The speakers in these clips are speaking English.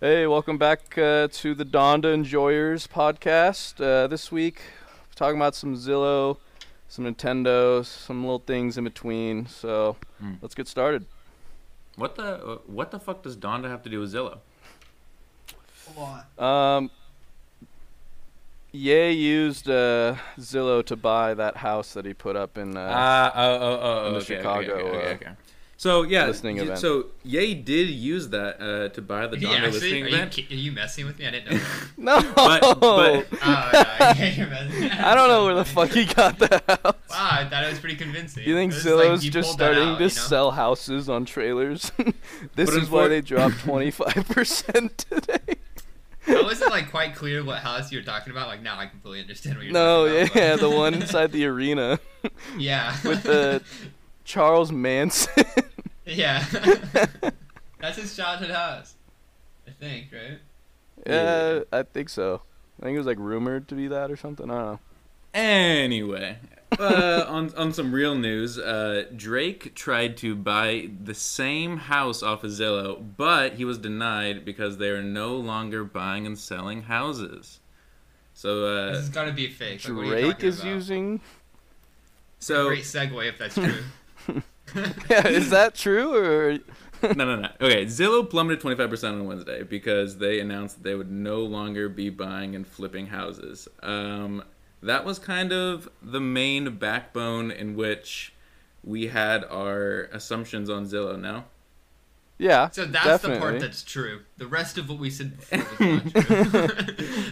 Hey, welcome back uh, to the Donda Enjoyers podcast. Uh, this week, we're talking about some Zillow, some Nintendo, some little things in between. So Mm. let's get started. What the uh, what the fuck does Donda have to do with Zillow? A lot. Um, Ye used uh, Zillow to buy that house that he put up in. Uh, Ah, oh, oh, oh, in the Chicago, uh, So yeah, listening y- event. so Ye did use that uh, to buy the Donda Yeah, actually, listening are you, event. ki- are you messing with me? I didn't know. no, that. But- but- oh, no, yeah, you're messing. I don't know where the fuck he got that house. Wow, I thought it was pretty convincing. You think It was like Zillow's you just pulled that starting out, to you know? sell houses on trailers? this But is why unfor- they dropped 25% today. I wasn't like quite clear what house you were talking about. Like now, I completely understand what you're No, talking yeah, about. yeah, but- the one inside the arena. yeah, with the- Charles Manson. yeah, that's his childhood house, I think, right? yeah, I think so. I think it was like rumored to be that or something. I don't know. Anyway, uh, on on some real news, uh, Drake tried to buy the same house off of Zillow, but he was denied because they are no longer buying and selling houses. So This uh, has got to be fake. Like, what are you Drake talking is about? using. so Great segue if that's true. Yeah, is that true or? no, no, no. Okay, Zillow plummeted 25% on Wednesday because they announced that they would no longer be buying and flipping houses. Um, that was kind of the main backbone in which we had our assumptions on Zillow now. Yeah. So that's the definitely. part that's true. The rest of what we said before was not true.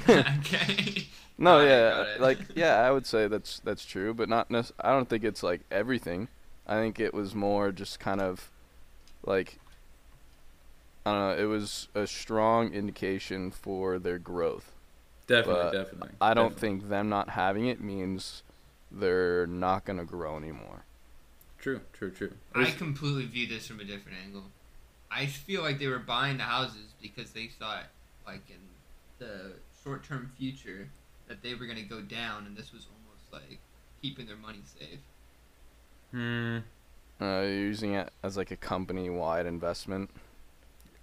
okay. No, Got it, got yeah, it. like yeah, I would say that's that's true, but not. Nec- I don't think it's like everything. I think it was more just kind of like I don't know. It was a strong indication for their growth. Definitely, But definitely. I don't definitely. think them not having it means they're not gonna grow anymore. True, true, true. I completely view this from a different angle. I feel like they were buying the houses because they thought, like in the short-term future, that they were going to go down, and this was almost like keeping their money safe. Hmm. Uh, you're using it as like a company-wide investment.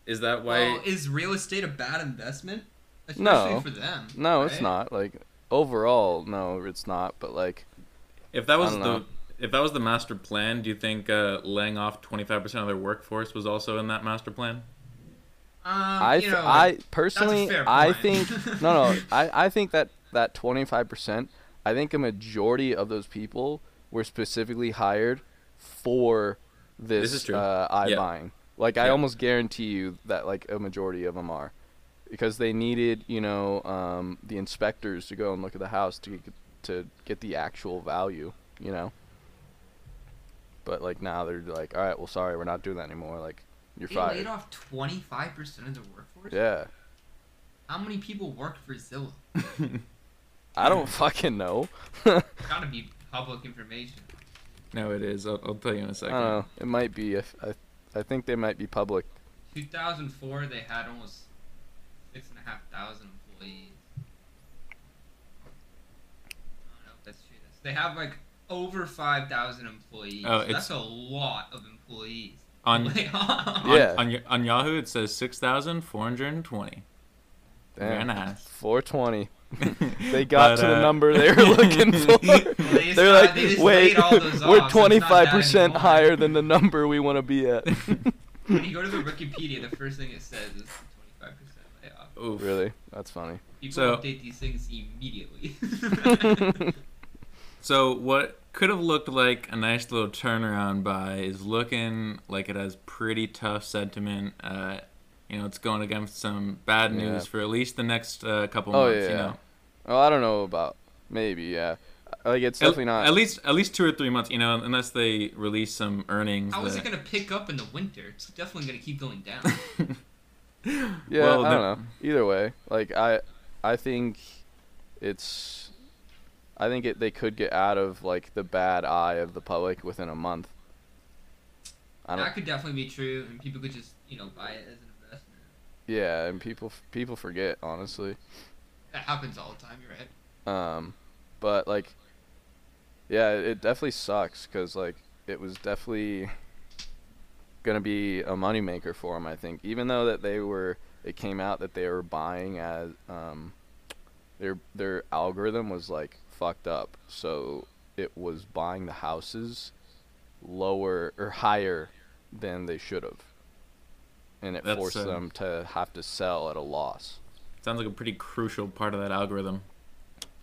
Is that why? Well, is real estate a bad investment? Especially No. for them. No, it's right? not. Like overall, no, it's not. But like, if that was I the don't know. if that was the master plan, do you think uh, laying off 25% of their workforce was also in that master plan? Um, I, you th- know, I personally, fair I point. think no, no. I, I think that that twenty five percent. I think a majority of those people were specifically hired for this. This is true. Uh, I Yeah. buying. Like I Yeah. almost guarantee you that like a majority of them are, because they needed you know um, the inspectors to go and look at the house to get, to get the actual value. You know. But like now they're like, all right, well, sorry, we're not doing that anymore. Like you're they fired. laid off twenty-five percent of the workforce. Yeah. How many people work for Zillow? I don't fucking know. Gotta be public information. No, it is. I'll, I'll tell you in a I second. don't know. It might be. If, I, I think they might be public. 2004, they had almost six and a half thousand employees. I don't know if that's true. That's- They have like over 5,000 employees. Oh, it's- that's a lot of employees. On Like, On, Yeah. on, Y- on Yahoo, it says 6,420. Very Damn. nice. 420. They got But, to the uh, number they were looking for. they just They're got- like, they just wait, laid all those we're off, so it's not that 25% anymore." higher than the number we want to be at. When you go to the Wikipedia, the first thing it says is 25% layoff. Oof. really? That's funny. People So- update these things immediately. So, what could have looked like a nice little turnaround by is looking like it has pretty tough sentiment. Uh, you know, it's going against some bad Yeah. news for at least the next uh, couple Oh, months. You yeah. know, Oh, I don't know about. Maybe, yeah. Like, it's at, definitely not. At least, at least two or three months. You know, unless they release some earnings. How is it that- going to pick up in the winter? It's definitely going to keep going down. Yeah, Well, I the- don't know. Either way, like I, I think it's, I think it they could get out of like the bad eye of the public within a month. I don't. That could definitely be true, and people could just, you know, buy it as an investment. Yeah, and people f- people forget honestly. That happens all the time. You're right. Um, but like, yeah, it definitely sucks because like it was definitely gonna be a moneymaker for them. I think, even though that they were it came out that they were buying as um, their their algorithm was like fucked up, so it was buying the houses lower or higher than they should have, and it That's, forced um, them to have to sell at a loss. Sounds like a pretty crucial part of that algorithm.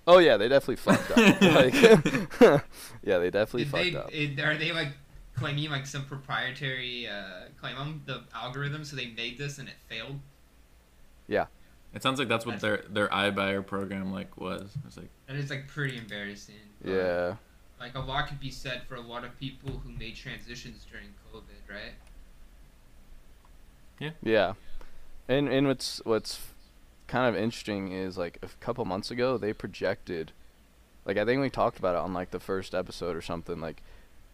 Oh yeah, they definitely fucked up. Like, yeah, they definitely Did fucked they, up. it- are they like claiming like some proprietary uh, claim on the algorithm? So they made this and it failed. It sounds like that's what their their iBuyer program like was. It's like That is like pretty embarrassing. but, yeah. Like a lot could be said for a lot of people who made transitions during COVID, right? Yeah, and and what's what's kind of interesting is like a couple months ago they projected, like I think we talked about it on like the first episode or something. Like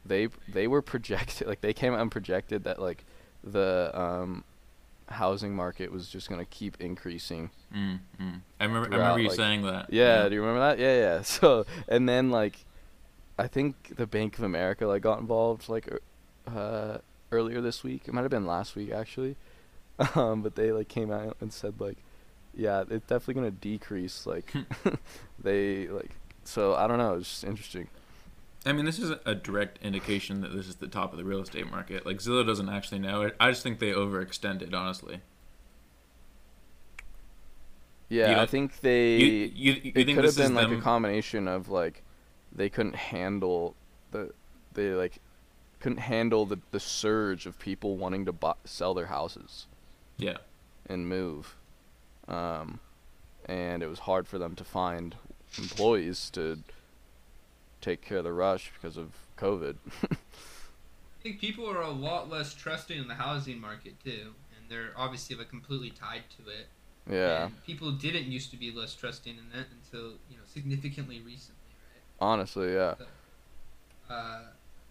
they they were projected like they came out and projected that like the um housing market was just gonna keep increasing. Mm, mm. I remember, I Mm-hmm. Throughout, remember you like- saying that. Yeah, do you remember that? Yeah, yeah. So and then like, I think the Bank of America like got involved like er- uh, earlier this week. It might have been last week actually, um, but they like came out and said like, yeah, it's definitely gonna decrease. Like, Hmm. they like. So I don't know. It's just interesting. I mean, this is a direct indication that this is the top of the real estate market. Like Zillow doesn't actually know it. I just think they overextended, honestly. Yeah, I don't- think they. You you, you it think could have this is been like them? a combination of like they couldn't handle the they like couldn't handle the, the surge of people wanting to buy, sell their houses yeah. and move um, and it was hard for them to find employees to take care of the rush because of covid I think people are a lot less trusting in the housing market too, and they're obviously like completely tied to it. yeah And people didn't used to be less trusting in it until you know significantly recently, honestly yeah right? Uh,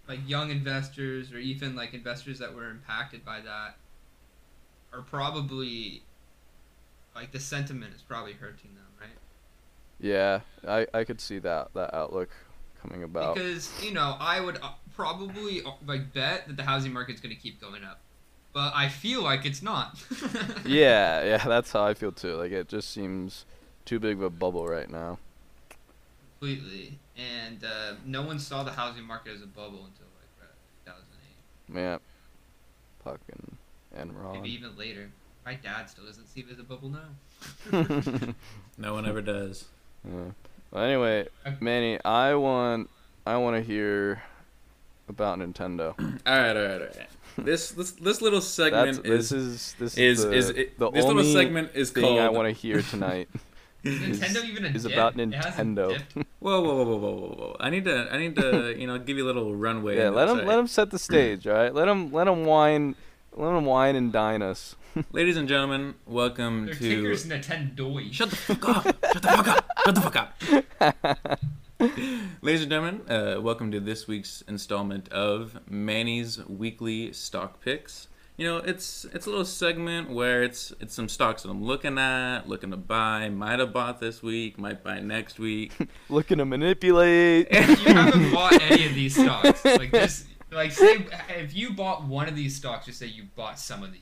like young investors or even like investors that were impacted by that are probably like the sentiment is probably hurting them, right? yeah i i could see that that outlook coming about Because you know, I would uh, probably uh, like bet that the housing market's going to keep going up, but I feel like it's not. yeah yeah that's how i feel too like it just seems too big of a bubble right now completely. And uh, no one saw the housing market as a bubble until like uh, 2008, Yeah. Fucking Enron. maybe even later. My dad still doesn't see it as a bubble now. No one ever does. yeah. Well, anyway, Manny, I want I want to hear about Nintendo. All right, all right, all right. This this this little That's, segment this is is this is the, is it, the this only little segment is thing called. I want to hear tonight Is Nintendo even a is dip? about It hasn't Nintendo. dipped. Whoa, whoa, whoa, whoa, whoa, whoa, whoa! I need to I need to you know give you a little runway. yeah, into let this, him all let right? him set the stage, all right? Let him let him wine let him wine and dine us. Ladies and gentlemen, welcome Their to. ticker's Nintendo. Shut the fuck up! Shut the fuck up! Shut the fuck up! Ladies and gentlemen, uh, welcome to this week's installment of Manny's Weekly Stock Picks. You know, it's it's a little segment where it's it's some stocks that I'm looking at, looking to buy, might have bought this week, might buy next week. Looking to manipulate. you haven't bought any of these stocks. Like this, like say if you bought one of these stocks, just say you bought some of these.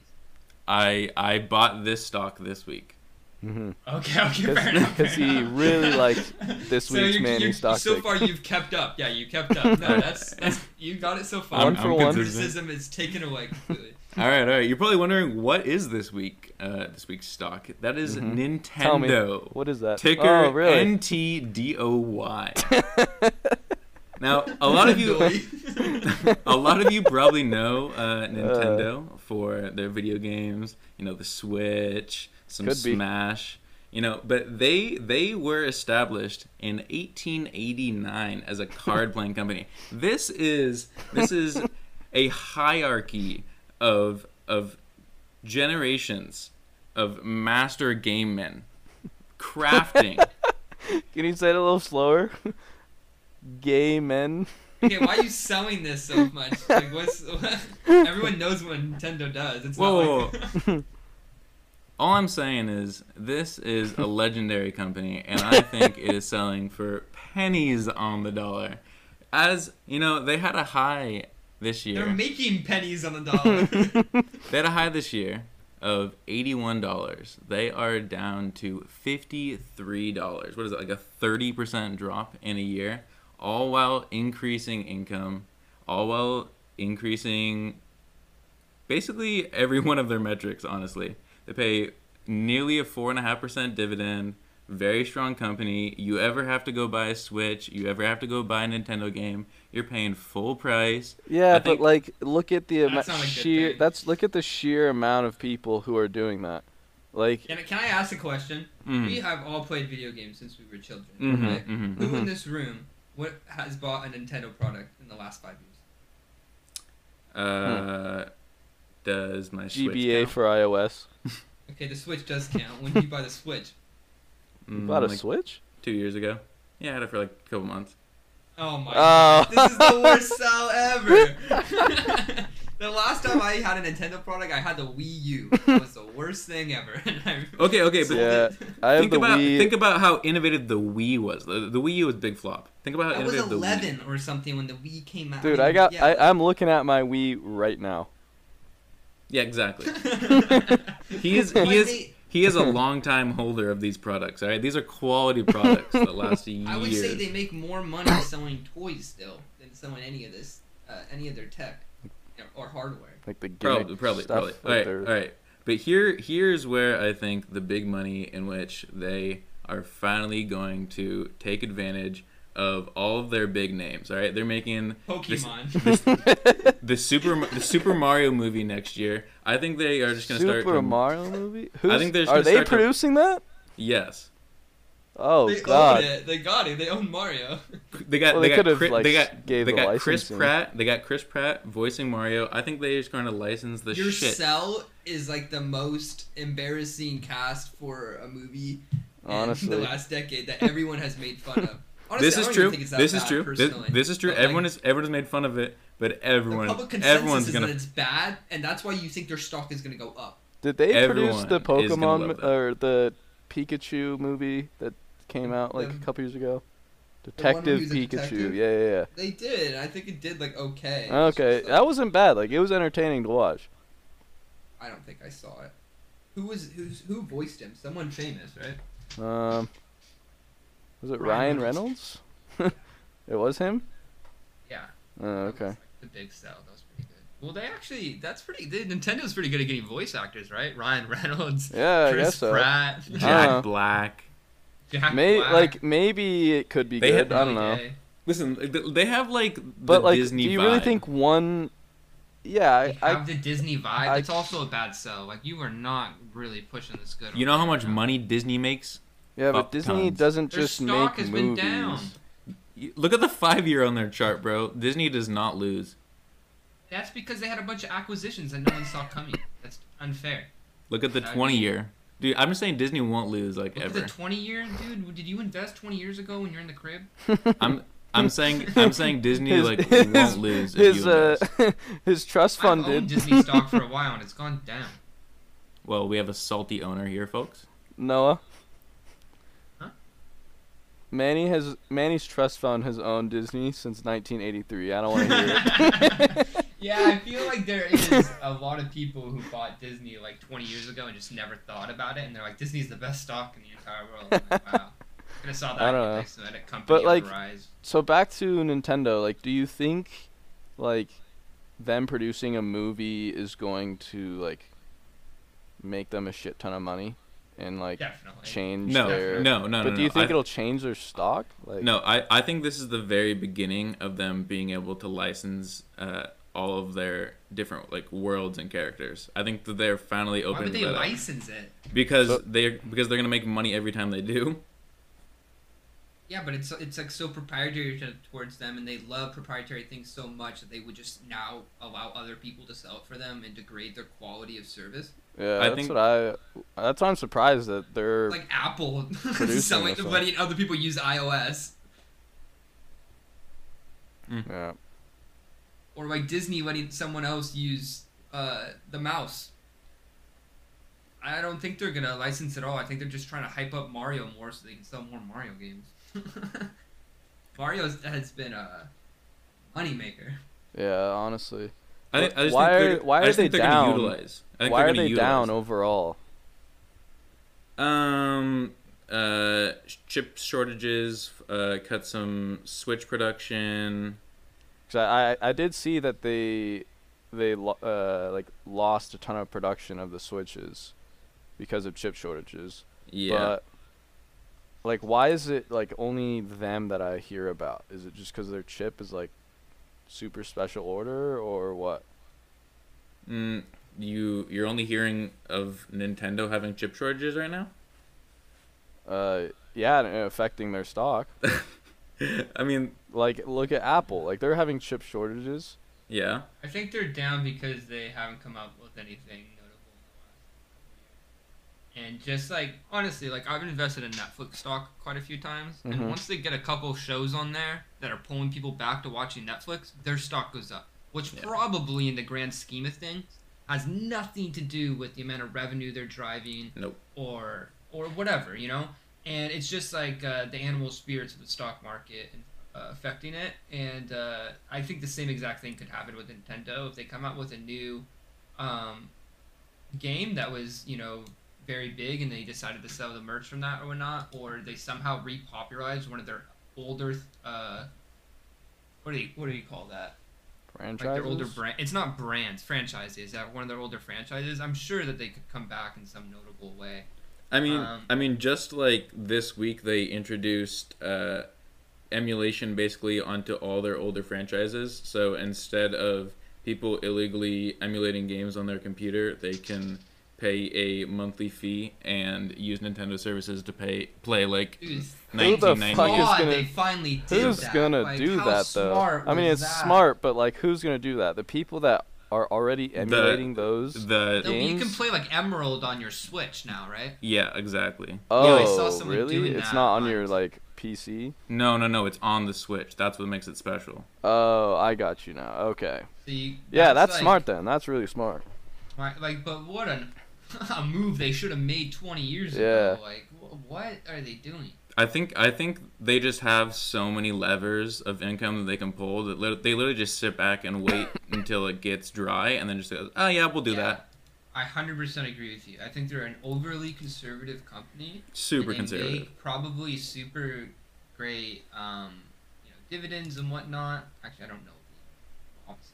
I I bought this stock this week. Mhm. Okay, okay, fair enough. Because fair he enough. really liked this So week's you- Manny you- stock So pick. far, you've kept up. Yeah, you kept up. No, that's that's you got it so far. One for one. Criticism is taken away. Completely. All right, all right. You're probably wondering what is this week uh, this week's stock? That is Nintendo. Tell me, what is that? Ticker oh, really? NTDOY. now, a lot of you, a lot of you probably know uh, Nintendo for their video games. You know the Switch, some Could be. Smash. You know, but they they were established in 1889 as a card playing company. This is this is a hierarchy of of generations of master game men crafting Can you say it a little slower? Gay men. okay, why are you selling this so much? Like, what's what? everyone knows what Nintendo does. It's Whoa, not like All I'm saying is this is a legendary company, and I think it is selling for pennies on the dollar. As you know, they had a high this they're year. making pennies on the dollar. They had a high this year. of $81. They are down to $53. What is it, like a 30% drop in a year? All while increasing income, all while increasing basically every one of their metrics, honestly. They pay nearly a 4.5% dividend, very strong company. You ever have to go buy a Switch, you ever have to go buy a Nintendo game, you're paying full price. Yeah, I but think- like, look at the That's amount not a good sheer. thing. That's look at the sheer amount of people who are doing that. Like, Can, I- can I ask a question? Mm. We have all played video games since we were children. Mhm, right? mhm. Who in this room what has bought a Nintendo product in the last five years? Uh, does my Switch GBA count? for iOS. Okay, the Switch does count. when did you buy the Switch? You Mm, bought a like Switch? two years ago? Yeah, I had it for like a couple months. Oh my Oh. god. This is the worst sell ever. the last time I had a Nintendo product, I had the Wii U. That was the worst thing ever. And I Okay, okay, but sold Yeah, it. I have think the about Wii. think about how innovative the Wii was. The, the Wii U was a big flop. Think about how I was innovative the Wii. 11 or something when the Wii came out. Dude, mean, I got. yeah, I, I'm looking at my Wii right now. Yeah, exactly. like- He is Like he is they- he is a long time holder of these products. All right, these are quality products that last years. I would say they make more money selling toys still than selling any of this, uh, any of their tech or, or hardware. Like the gimmick probably probably stuff probably. that All right, they're- all right. But here here's where I think the big money in which they are finally going to take advantage of all of their big names. All right, they're making this- Pokemon. the Super the Super Mario movie next year. I think they are just going to Super start. to- Mario movie. Who's, think they're just are gonna they start to- producing that? Yes, Oh they God. own it. They got it. They own Mario. they got Well, they, they got could've, Chris, like, they got gave they the got Chris licensing. Pratt. They got Chris Pratt voicing Mario. I think they're just going to license the Your shit. cell is like the most embarrassing cast for a movie Honestly. in the last decade that everyone has made fun of. Honestly, this I is don't true. Even think it's that This bad, is true. This, Personally. this is true. But, like, Everyone is everyone has made fun of it, but the everyone public consensus everyone's is going that to. it's bad, and that's why you think their stock is going to go up. Did they produce Everyone the is gonna love Pokemon that. or the Pikachu movie that came out like a The- couple years ago? one where Detective he was a Pikachu. detective? Yeah, yeah, yeah. They did. I think it did like okay. It was Okay, just, like, that wasn't bad. Like it was entertaining to watch. I don't think I saw it. Who was who's who voiced him? Someone famous, right? Um, was it Ryan Ryan Reynolds? it was him. Yeah. Oh, okay. The big sell. That was pretty good. Well, they actually that's pretty. They, Nintendo's pretty good at getting voice actors, right? Ryan Reynolds, Yeah, I Chris guess so. Pratt, Jack Uh-huh. Black. Jack May Black. like maybe it could be They good. had I don't know. Listen, th- they have like the But like, Disney do you really vibe. think one? Yeah, I, I, have I the Disney vibe. I- That's also a bad sell. Like you are not really pushing this good. you on know how there much now. money Disney makes? yeah, but fuck Disney tons. doesn't Their just stock make has been movies. down. You- Look at the five year on their chart, bro. Disney does not lose. That's because they had a bunch of acquisitions that no one saw coming. That's unfair. Look at the I twenty mean- year. Dude, I'm just saying Disney won't lose like Look ever. at the 20 year dude. Did you invest 20 years ago when you're in the crib? I'm I'm saying I'm saying Disney His- like his- won't lose if His you uh, invest. his trust fund I've owned did. Disney stock for a while and it's gone down. Well, we have a salty owner here, folks. Noah. Huh? Manny has Manny's trust fund has owned Disney since 1983. I don't want to hear it. yeah, I feel like there is a lot of people who bought Disney like 20 years ago and just never thought about it, and they're like, Disney's the best stock in the entire world. I'm like, wow. Could have saw that. I don't if know. they saw that at company But, like- rise. So back to Nintendo. Like, do you think, like, them producing a movie is going to like make them a shit ton of money and like definitely. change No, their? no, no, no. But no, do you no. think I- it'll change their stock? Like, No, I, I think this is the very beginning of them being able to license uh, all of their different like worlds and characters. I think that they're finally Why opening would they that up. license it? because So- they're because they're gonna make money every time they do. Yeah, but it's it's like so proprietary to, towards them, and they love proprietary things so much that they would just now allow other people to sell it for them and degrade their quality of service. Yeah, I that's think- what I. That's why I'm surprised that they're. Like Apple Producing selling, this one. letting other people use iOS, yeah. or like Disney letting someone else use uh, the mouse. I don't think they're gonna license at all. I think they're just trying to hype up Mario more so they can sell more Mario games. Mario has been a moneymaker. Yeah, honestly. I, I just Why are- think they're, why I just are think they they're gonna down? Utilize. I think Why they're are gonna they utilize down overall? Um, uh, chip shortages uh, cut some Switch production. 'Cause I, I I did see that they they lo- uh like lost a ton of production of the switches because of chip shortages. Yeah, But like why is it like only them that I hear about? Is it just cuz their chip is like super special order or what? mm, you you're only hearing of Nintendo having chip shortages right now. Uh yeah, and it affecting their stock. I mean, Like look at Apple. Like they're having chip shortages. yeah, I think they're down because they haven't come up with anything notable in the last couple years. And just like honestly, like I've invested in Netflix stock quite a few times, Mhm. and once they get a couple shows on there that are pulling people back to watching Netflix, their stock goes up, which Yeah. probably in the grand scheme of things has nothing to do with the amount of revenue they're driving Nope. or or whatever, you know? And it's just like uh, the animal spirits of the stock market and uh, affecting it. And uh, I think the same exact thing could happen with Nintendo if they come out with a new um, game that was, you know, very big and they decided to sell the merch from that or whatnot, or they somehow repopularized one of their older, uh, what do you what do you call that? Franchises. Like their older brand. It's not brands, franchises. That one of their older franchises. I'm sure that they could come back in some notable way. I mean, Um, I mean, just like this week they introduced uh, emulation basically onto all their older franchises. So instead of people illegally emulating games on their computer, they can pay a monthly fee and use Nintendo services to pay play like Dude, Who the thank fuck is nineteen God gonna- they finally did Who's that. gonna Like, do how that though? smart I mean, was it's that? smart, but like, who's gonna do that? The people that are already emulating those. The Though You can games? play like Emerald on your Switch now, right? yeah, exactly. oh, I saw someone really? doing it's that not on your once. like PC. No, no, no. It's on the Switch. That's what makes it special. Oh, I got you now. Okay. So you, Yeah, that's like- smart then. That's really smart. Right, like, but what a, a move they should have made 20 years ago. Yeah. Like, wh- what are they doing? I think I think they just have so many levers of income that they can pull that lit- they literally just sit back and wait until it gets dry and then just goes, oh yeah, we'll do Yeah. that. I 100% agree with you. I think they're an overly conservative company. Super and they conservative. make probably super great, um, you know, dividends and whatnot. Actually, I don't know. Obviously.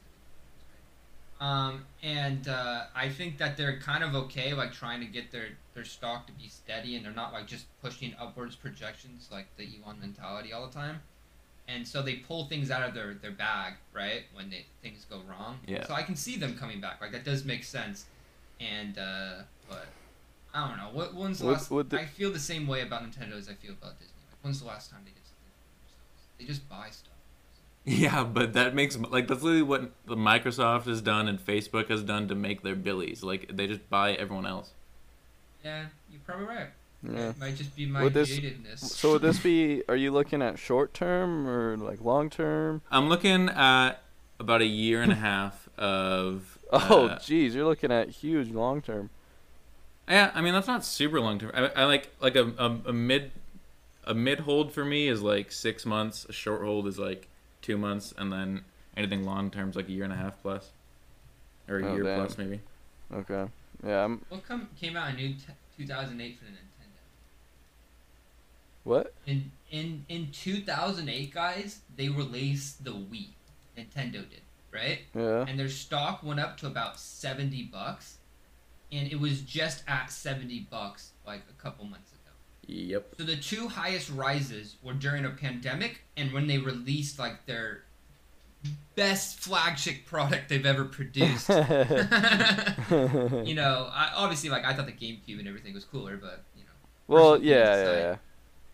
Um, and uh, I think that they're kind of okay, like trying to get their their stock to be steady, and they're not like just pushing upwards projections like the Elon mentality all the time. And so they pull things out of their, their bag, right? When they things go wrong. Yeah. So I can see them coming back. Like that does make sense. And uh, but I don't know. What when's the Would- last? would the- I feel the same way about Nintendo as I feel about Disney. Like, when's the last time they did something for themselves? They just buy stuff. Yeah, but that makes like that's literally what the Microsoft has done and Facebook has done to make their billies. Like they just buy everyone else. Yeah, you're probably right. Yeah. It might just be my Would this- jadedness. So would this be? Are you looking at short term or like long term? I'm looking at about a year and a half of. Oh, uh, jeez, you're looking at huge long term. Yeah, I mean that's not super long term. I, I like like a, a a mid a mid hold for me is like six months. A short hold is like two months, and then anything long term is like a year and a half plus, or a Oh, year damn. plus maybe. Okay. Yeah. I'm, What come came out in new t- 2008 for the Nintendo? what? In in in 2008, guys, they released the Wii. Nintendo did, right? Yeah. And their stock went up to about 70 bucks, and it was just at 70 bucks like a couple months ago. Yep. So the two highest rises were during a pandemic and when they released like their best flagship product they've ever produced. you know, I, obviously, like I thought the GameCube and everything was cooler, but you know, well, personal yeah, side. yeah, yeah.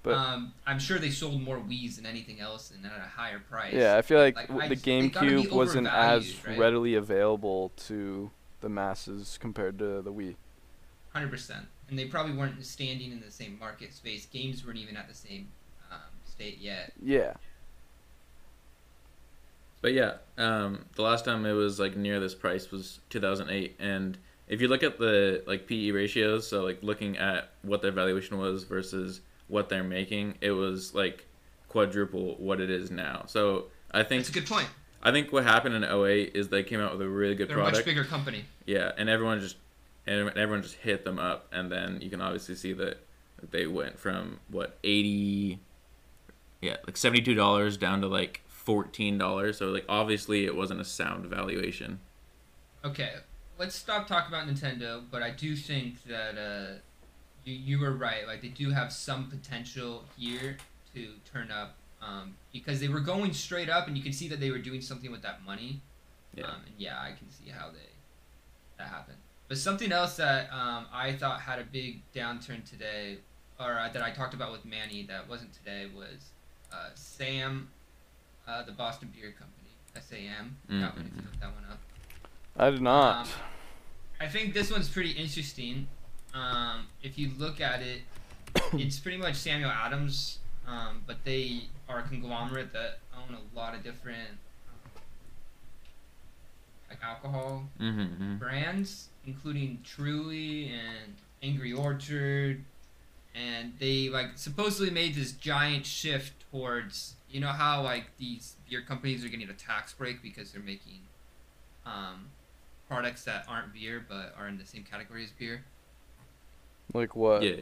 But- um, I'm sure they sold more Wii's than anything else and at a higher price. Yeah, I feel like, Like, w I the just- they gotta be GameCube wasn't as overvalued, right? readily available to the masses compared to the Wii. hundred percent. And they probably weren't standing in the same market space. Games weren't even at the same um, state yet. Yeah. But yeah, um, the last time it was like near this price was 2008, and if you look at the like PE ratios, so like looking at what their valuation was versus what they're making, it was like quadruple what it is now. So I think That's a good point. I think what happened in 08 is they came out with a really good They're a much product. bigger company. Yeah, and everyone just and everyone just hit them up, and then you can obviously see that they went from what eighty, yeah, like seventy two dollars down to like fourteen dollars. So like obviously it wasn't a sound valuation. Okay, let's stop talking about Nintendo, but I do think that uh, you you were right. Like they do have some potential here to turn up um, because they were going straight up, and you can see that they were doing something with that money. Yeah. Um, and yeah, I can see how they that happened. But something else that um, I thought had a big downturn today, or uh, that I talked about with Manny that wasn't today, was uh, Sam, uh, the Boston Beer Company, SAM. That one, if you look that one up. I did not. Um, I think this one's pretty interesting. Um, if you look at it, it's pretty much Samuel Adams, um, but they are a conglomerate that own a lot of different um, like alcohol Mm-hmm. brands, including Truly and Angry Orchard, and they like supposedly made this giant shift towards you know how like these beer companies are getting a tax break because they're making um, products that aren't beer but are in the same category as beer. like what? Yeah.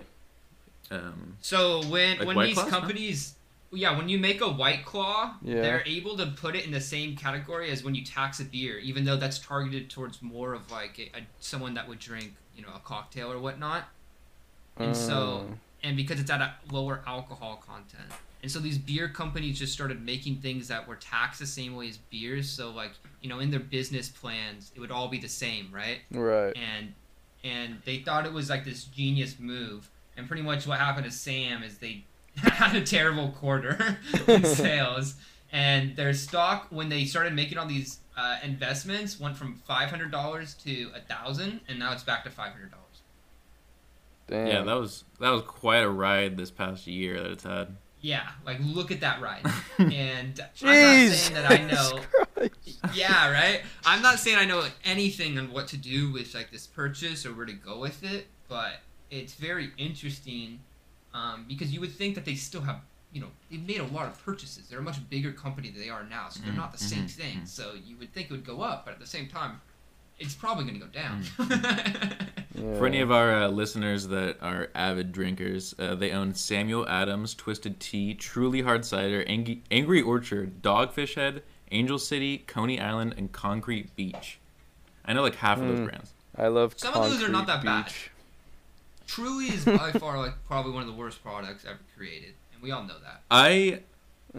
Um, So when Like when White these Claws, huh? companies yeah, when you make a white claw, Yeah. they're able to put it in the same category as when you tax a beer, even though that's targeted towards more of like a, a, someone that would drink, you know, a cocktail or whatnot. And so, and because it's at a lower alcohol content. And so these beer companies just started making things that were taxed the same way as beers. So like, you know, in their business plans, it would all be the same, right? Mm, right. and and they thought it was like this genius move. And pretty much what happened to Sam is they had a terrible quarter in sales, and their stock when they started making all these uh, investments went from five hundred dollars to a thousand, and now it's back to five hundred dollars. Damn. yeah, that was that was quite a ride this past year that it's had. Yeah, like look at that ride. And I'm not saying that I Jesus know Christ. yeah, right. I'm not saying I know anything on what to do with like this purchase or where to go with it, but it's very interesting um, because you would think that they still have, you know, they've made a lot of purchases. They're a much bigger company than they are now, so they're not the same Mhm, thing. mhm. So you would think it would go up, but at the same time, it's probably going to go down. For any of our uh, listeners that are avid drinkers, uh, they own Samuel Adams, Twisted Tea, Truly Hard Cider, Ang- Angry Orchard, Dogfish Head, Angel City, Coney Island, and Concrete Beach. I know like half of those Hmm. brands. I love Some of those are not Concrete that bad. Beach. Truly is by far like probably one of the worst products ever created, and we all know that. I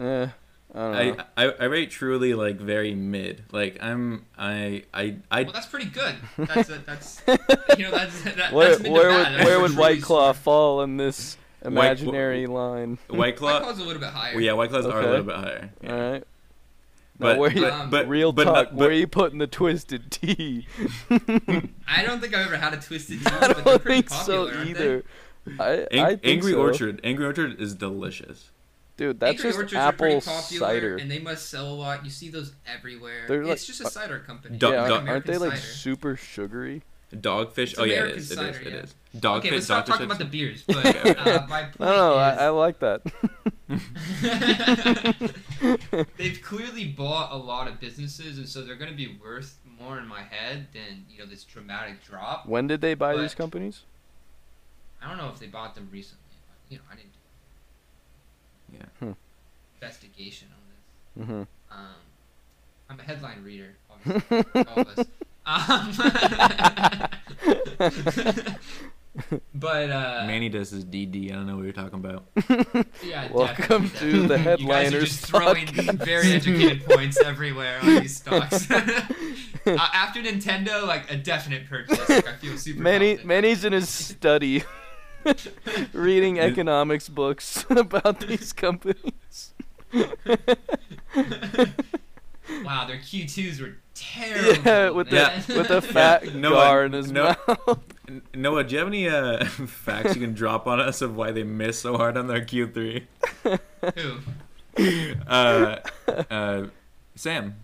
Eh, I don't know. I, I I rate Truly like very mid. Like I'm I I I Well, that's pretty good. That's a, that's you know that's that, where that's mid to where bad. would, where would Truly's- White Claw fall in this White- imaginary line? White White Claw. Claw's a little bit higher. Well, yeah, White Claws are a Okay. Uh, little bit higher. Yeah. All right. But, no, where you, but, but real but, talk, but- where you putting the twisted tea? I don't think I've ever had a twisted tea, I but they're don't pretty think popular, so aren't either. I, Ang- I think Angry so. Orchard. Angry Orchard is delicious. dude. They? That's Angry just Orchards are pretty apple popular, cider. and they must sell a lot. You see those everywhere. They're like- it's just a cider company. Duh, It's yeah, like duh. aren't, American aren't they like cider. super sugary? Dogfish. It's oh yeah, it American is. cider, it is. yeah. It is. Dogfish. okay, let's stop Dogfish talking Head's- about the beers. But Okay, uh, my point No, no, I, is, I like that. they've clearly bought a lot of businesses, and so they're going to be worth more in my head than you know this dramatic drop. when did they buy But- these companies? I don't know if they bought them recently. But, you know, I didn't. do Yeah. Hmm. Investigation on this. hmm Um, I'm a headline reader. Obviously, like all of us. Um, but uh, Manny does his DD. I don't know what you're talking about. yeah, Welcome definitely, to the definitely. You guys are headliners. just throwing podcast. very educated points everywhere on these stocks. uh, after Nintendo, like a definite purchase. Like, I feel super. Manny, confident. Manny's in his study, reading economics books about these companies. Wow, their Q2s were terrible. yeah, with the man. with the fat No, gar I- in his no. mouth. N- Noah, do you have any uh, facts you can drop on us of why they missed so hard on their Q3? Who? Uh, uh, Sam.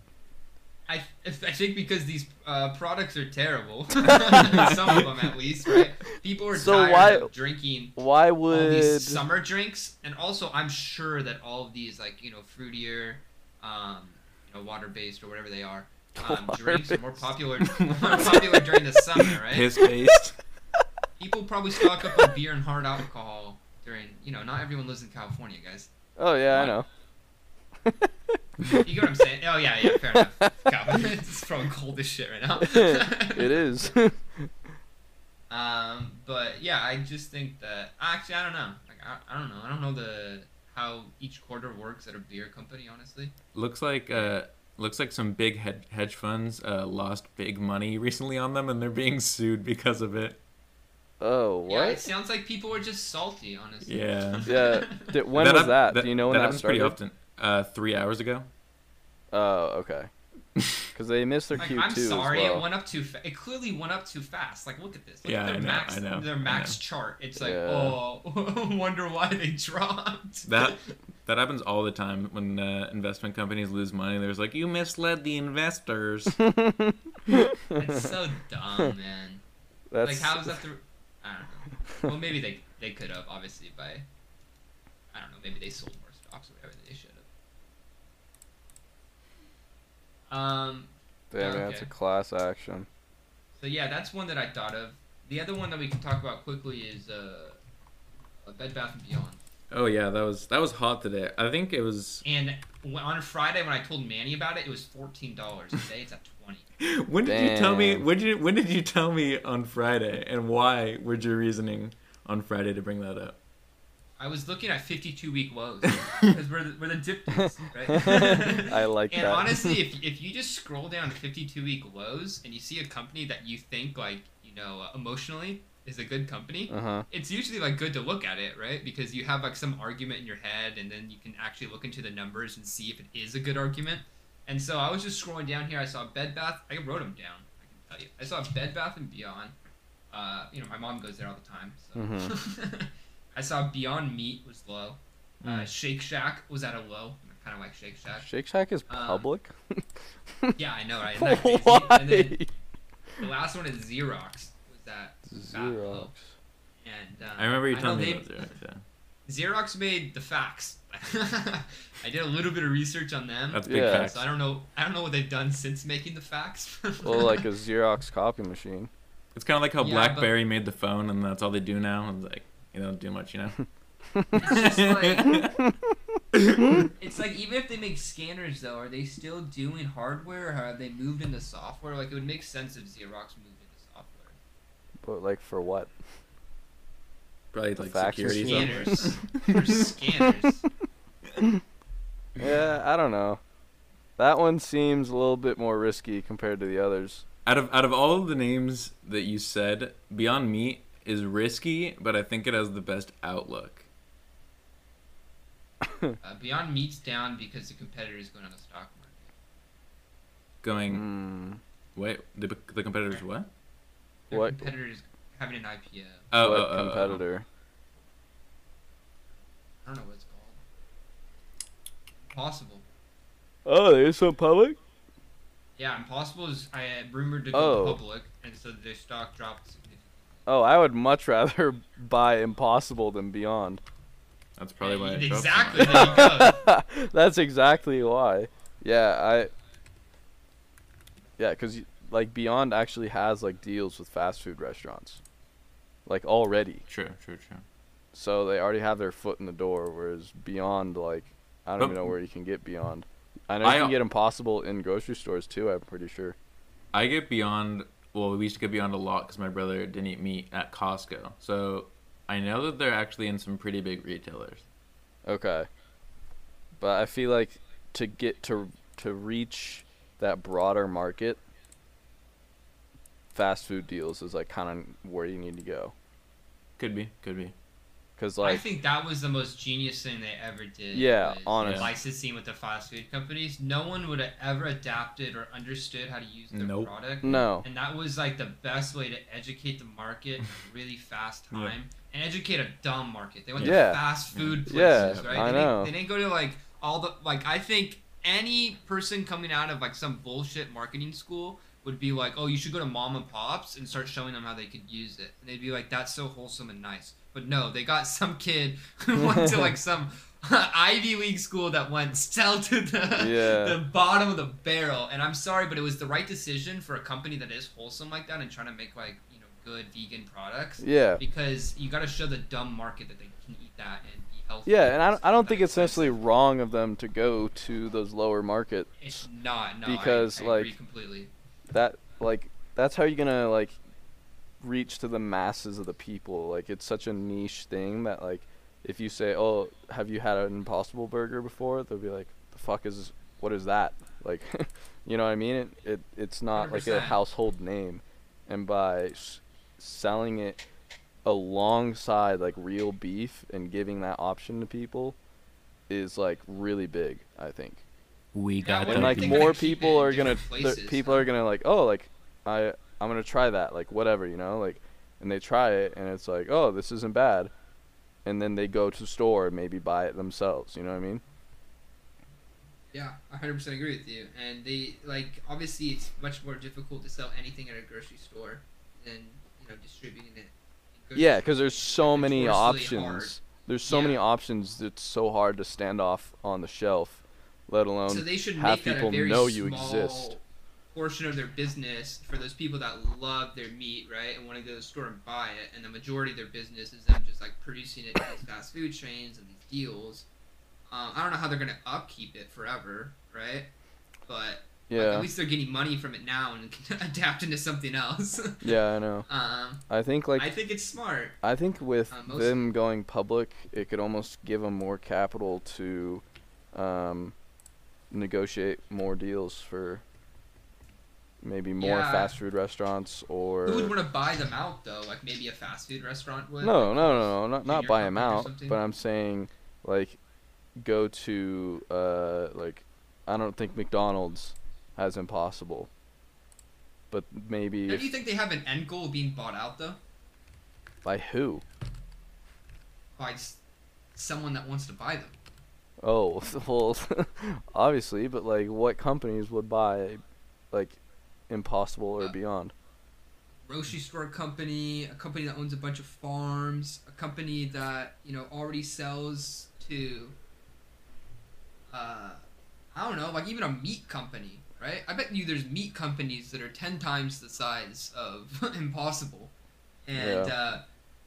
I, I think because these uh, products are terrible. Some of them, at least, right? People are So tired why- of drinking Why all would these summer drinks, and also I'm sure that all of these, like you know, fruitier, um, you know, water-based or whatever they are. Um, Water drinks are more based. popular, more popular during the summer, right? Piss based. People probably stock up on beer and hard alcohol during, you know, not everyone lives in California, guys. Oh yeah, I know. You get what I'm saying? Oh yeah, yeah, fair enough. God, it's probably cold as shit right now. it is. Um, but yeah, I just think that actually I don't know. Like I, I don't know. I don't know the how each quarter works at a beer company. Honestly, Looks like uh, looks like some big hed- hedge funds uh, lost big money recently on them, and they're being sued because of it. oh what? yeah, it sounds like people were just salty. Honestly, Yeah. Yeah, di- when was hap- that? Do you know when that, happens started? pretty often. Uh, three hours ago. Oh, okay. Because they missed their Like Q2 I'm sorry, as well. it went up too. Fa- it clearly went up too fast. Like look at this. Look Yeah, at their I know, max, I know, their I max chart. It's like Yeah. oh, wonder why they dropped. That that happens all the time when uh, investment companies lose money. There's like you misled the investors. it's so dumb, man. That's Like, how is that the? I don't know. Well, maybe they they could have obviously by. I don't know. Maybe they sold more stocks or whatever than they should have. Um. Damn, that's okay. a class action. So yeah, that's one that I thought of. The other one that we can talk about quickly is uh, uh, Bed Bath and Beyond. oh yeah, that was that was hot today. I think it was. And when, on Friday when I told Manny about it, it was fourteen dollars. Today it's at twenty. When did you tell me? Damn. When did you, when did you tell me on Friday? And why were your reasoning on Friday to bring that up? I was looking at 52 week lows because we're the, we're the dip days, right? I like and that. honestly, if, if you just scroll down to 52 week lows and you see a company that you think like you know uh, emotionally is a good company, Uh huh. it's usually like good to look at it, right? Because you have like some argument in your head, and then you can actually look into the numbers and see if it is a good argument. And so I was just scrolling down here. I saw Bed Bath. I wrote them down. I can tell you. I saw Bed Bath and Beyond. Uh, you know, my mom goes there all the time. So. Mm-hmm. I saw Beyond Meat was low. Mm. Uh, Shake Shack was at a low. Kind of like Shake Shack. Shake Shack is Uh, public. Yeah, I know, right? Isn't that crazy? And Why? then the last one is Xerox. Was that fat Xerox. low. And um, I remember you know telling me they- about that. Yeah. Xerox made the facts. I did a little bit of research on them. That's big Yeah. facts. so I don't know. I don't know what they've done since making the facts. Well, like a Xerox copy machine. It's kind of like how Yeah, but- BlackBerry made the phone, and that's all they do now. And like, you don't do much, you know. It's just like- it's like even if they make scanners though, are they still doing hardware or have they moved into software? Like it would make sense if Xerox moved into software. But like for what? Probably The like fax security machine. software. Scanners. For scanners. Yeah, I don't know. That one seems a little bit more risky compared to the others. out of out of all of the names that you said, Beyond Meat is risky, but I think it has the best outlook. Uh, Beyond Meat's down because the competitor is going on the stock market. Going Hmm. wait, the, the competitors what? Their What- competitor is having an IPO. Oh, what oh, oh, oh, competitor? I don't know what it's called. Impossible. Oh, they so public. Yeah, Impossible is I had rumored to go Oh. public, and so their stock dropped significantly. Oh, I would much rather buy Impossible than Beyond. That's probably why. it dropped so exactly. much. There you go. That's exactly why. Yeah, I. Yeah, because like Beyond actually has like deals with fast food restaurants, like already. True, true, true. So they already have their foot in the door. Whereas Beyond, like, I don't But- even know where you can get Beyond. I know I- you can get Impossible in grocery stores too. I'm pretty sure. I get Beyond. Well, we used to get Beyond a lot because my brother didn't eat meat at Costco. So I know that they're actually in some pretty big retailers. Okay. But I feel like to get to to reach that broader market, fast food deals is like kind of where you need to go. Could be, could be. Cause I like think that was the most genius thing they ever did. Yeah, was honest. Licensing with the fast food companies. No one would have ever adapted or understood how to use their Nope. product. no, And that was like the best way to educate the market in a really fast Yeah. time and educate a dumb market. They went Yeah. to fast food places, Yeah, right? I they, know. Didn't, they didn't go to like all the like. I think any person coming out of like some bullshit marketing school would be like, "Oh, you should go to mom and pops and start showing them how they could use it." And they'd be like, "That's so wholesome and nice." But no, they got some kid who went to like some Ivy League school that went sell to the Yeah. the bottom of the barrel. And I'm sorry, but it was the right decision for a company that is wholesome like that and trying to make like you know good vegan products Yeah. because you got to show the dumb market that they can eat that and be healthy. Yeah, and I don't, I don't think it's That's- necessarily wrong of them to go to those lower market It's not no, I- because, I, agree like- completely. that like that's how you're gonna like reach to the masses of the people like it's such a niche thing that like if you say oh have you had an impossible burger before they'll be like the fuck is what is that like you know what i mean it, it it's not like a 100%. household name and by s- selling it alongside like real beef and giving that option to people is like really big i think We got and what do the you like think beef. they're more gonna keep people it in are gonna different th- places? people are gonna like oh like i i'm gonna try that like whatever you know like and they try it and it's like oh this isn't bad and then they go to store and maybe buy it themselves you know what i mean Yeah, I hundred percent agree with you. And they like obviously it's much more difficult to sell anything at a grocery store than you know distributing it. in grocery yeah because there's stores. so It's many forcefully hard. options there's so many Yeah. options it's so hard to stand off on the shelf let alone So they should have make that people a very know small you exist. portion of their business for those people that love their meat, right, and want to go to the store and buy it. And the majority of their business is them just like producing it to these fast food chains and these deals. Um, I don't know how they're gonna upkeep it forever, right? But like, yeah at least they're getting money from it now and can adapt into something else. yeah i know um, i think like I think it's smart. I think with Uh, most- them going public, it could almost give them more capital to um, negotiate more deals for maybe more Yeah. fast food restaurants or Who would want to buy them out though? Like maybe a fast food restaurant would. no, no, no, no, not not Junior buy them company or out, something? but I'm saying like go to uh, like I don't think McDonald's has Impossible, but maybe Don't if, you think they have an end goal of being bought out though? by who? by s- someone that wants to buy them. Oh, well, obviously, but like, what companies would buy, like, Impossible or Uh, Beyond? Grocery store company, a company that owns a bunch of farms, a company that you know already sells to. Uh, I don't know, like even a meat company, right? I bet you there's meat companies that are ten times the size of Impossible, and Yeah. uh,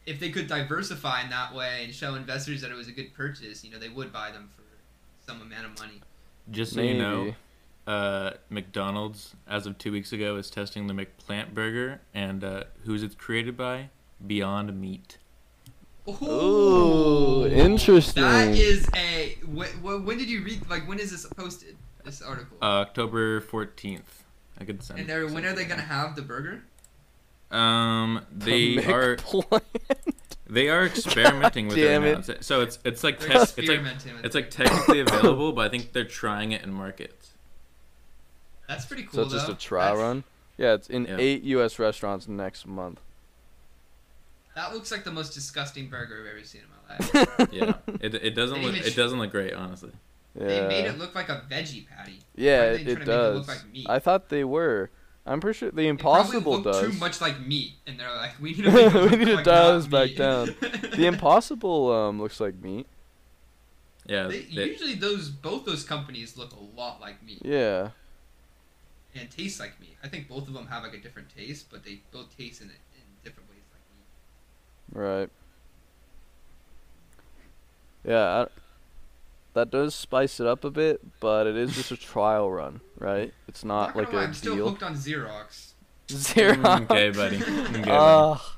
if they could diversify in that way and show investors that it was a good purchase, you know they would buy them for some amount of money. Just so you know, uh, McDonald's, as of two weeks ago, is testing the McPlant Burger, and uh, who's it created by? Beyond Meat. Ooh, interesting. That is a. Wh- wh- when did you read? Like, when is this posted? This article. Uh, October 14th. I could send and they're, when are send they it. gonna have the burger? Um, they The are McPlant. they are experimenting with it. Damn right it. now. So- So it's it's like They're test, it's like experimenting with it's it. like technically available, but I think they're trying it in markets. That's pretty so cool. it's just though. a trial That's- run. Yeah, it's in Yeah. eight U.S. restaurants next month. That looks like the most disgusting burger I've ever seen in my life. Yeah, it, it doesn't They look even it sh- doesn't look great, honestly. Yeah, They made it look like a veggie patty. yeah, Why are it, they trying it to make it does. look like meat? I thought they were. I'm pretty sure the It probably Impossible looked does. Too much like meat, and they're like, we need to. Make it We look need to like dial not this back meat. down. The Impossible um looks like meat. Yeah, They- they- usually, those both those companies look a lot like meat. Yeah, and taste like meat. I think both of them have like a different taste, but they both taste in, in different ways like meat. right. Yeah, I, that does spice it up a bit, but it is just a trial run, right? It's not Not gonna like lie, a I'm still deal. hooked on Xerox. Zero. Mm, okay, buddy. Okay, buddy. Ah,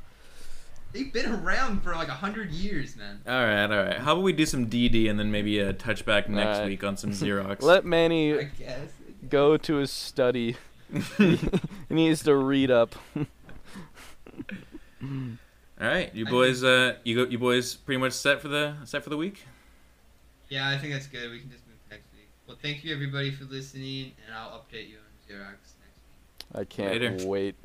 They've been around for like a hundred years, man. All right, all right. How about we do some DD and then maybe a touchback next right. week on some Xerox? let I Manny guess. go to his study. he needs to read up. all right, you I boys. Uh, you go. You boys pretty much set for the set for the week. Yeah, I think that's good. We can just move next week. Well, thank you everybody for listening, and I'll update you on Xerox next week. I can't Later. wait.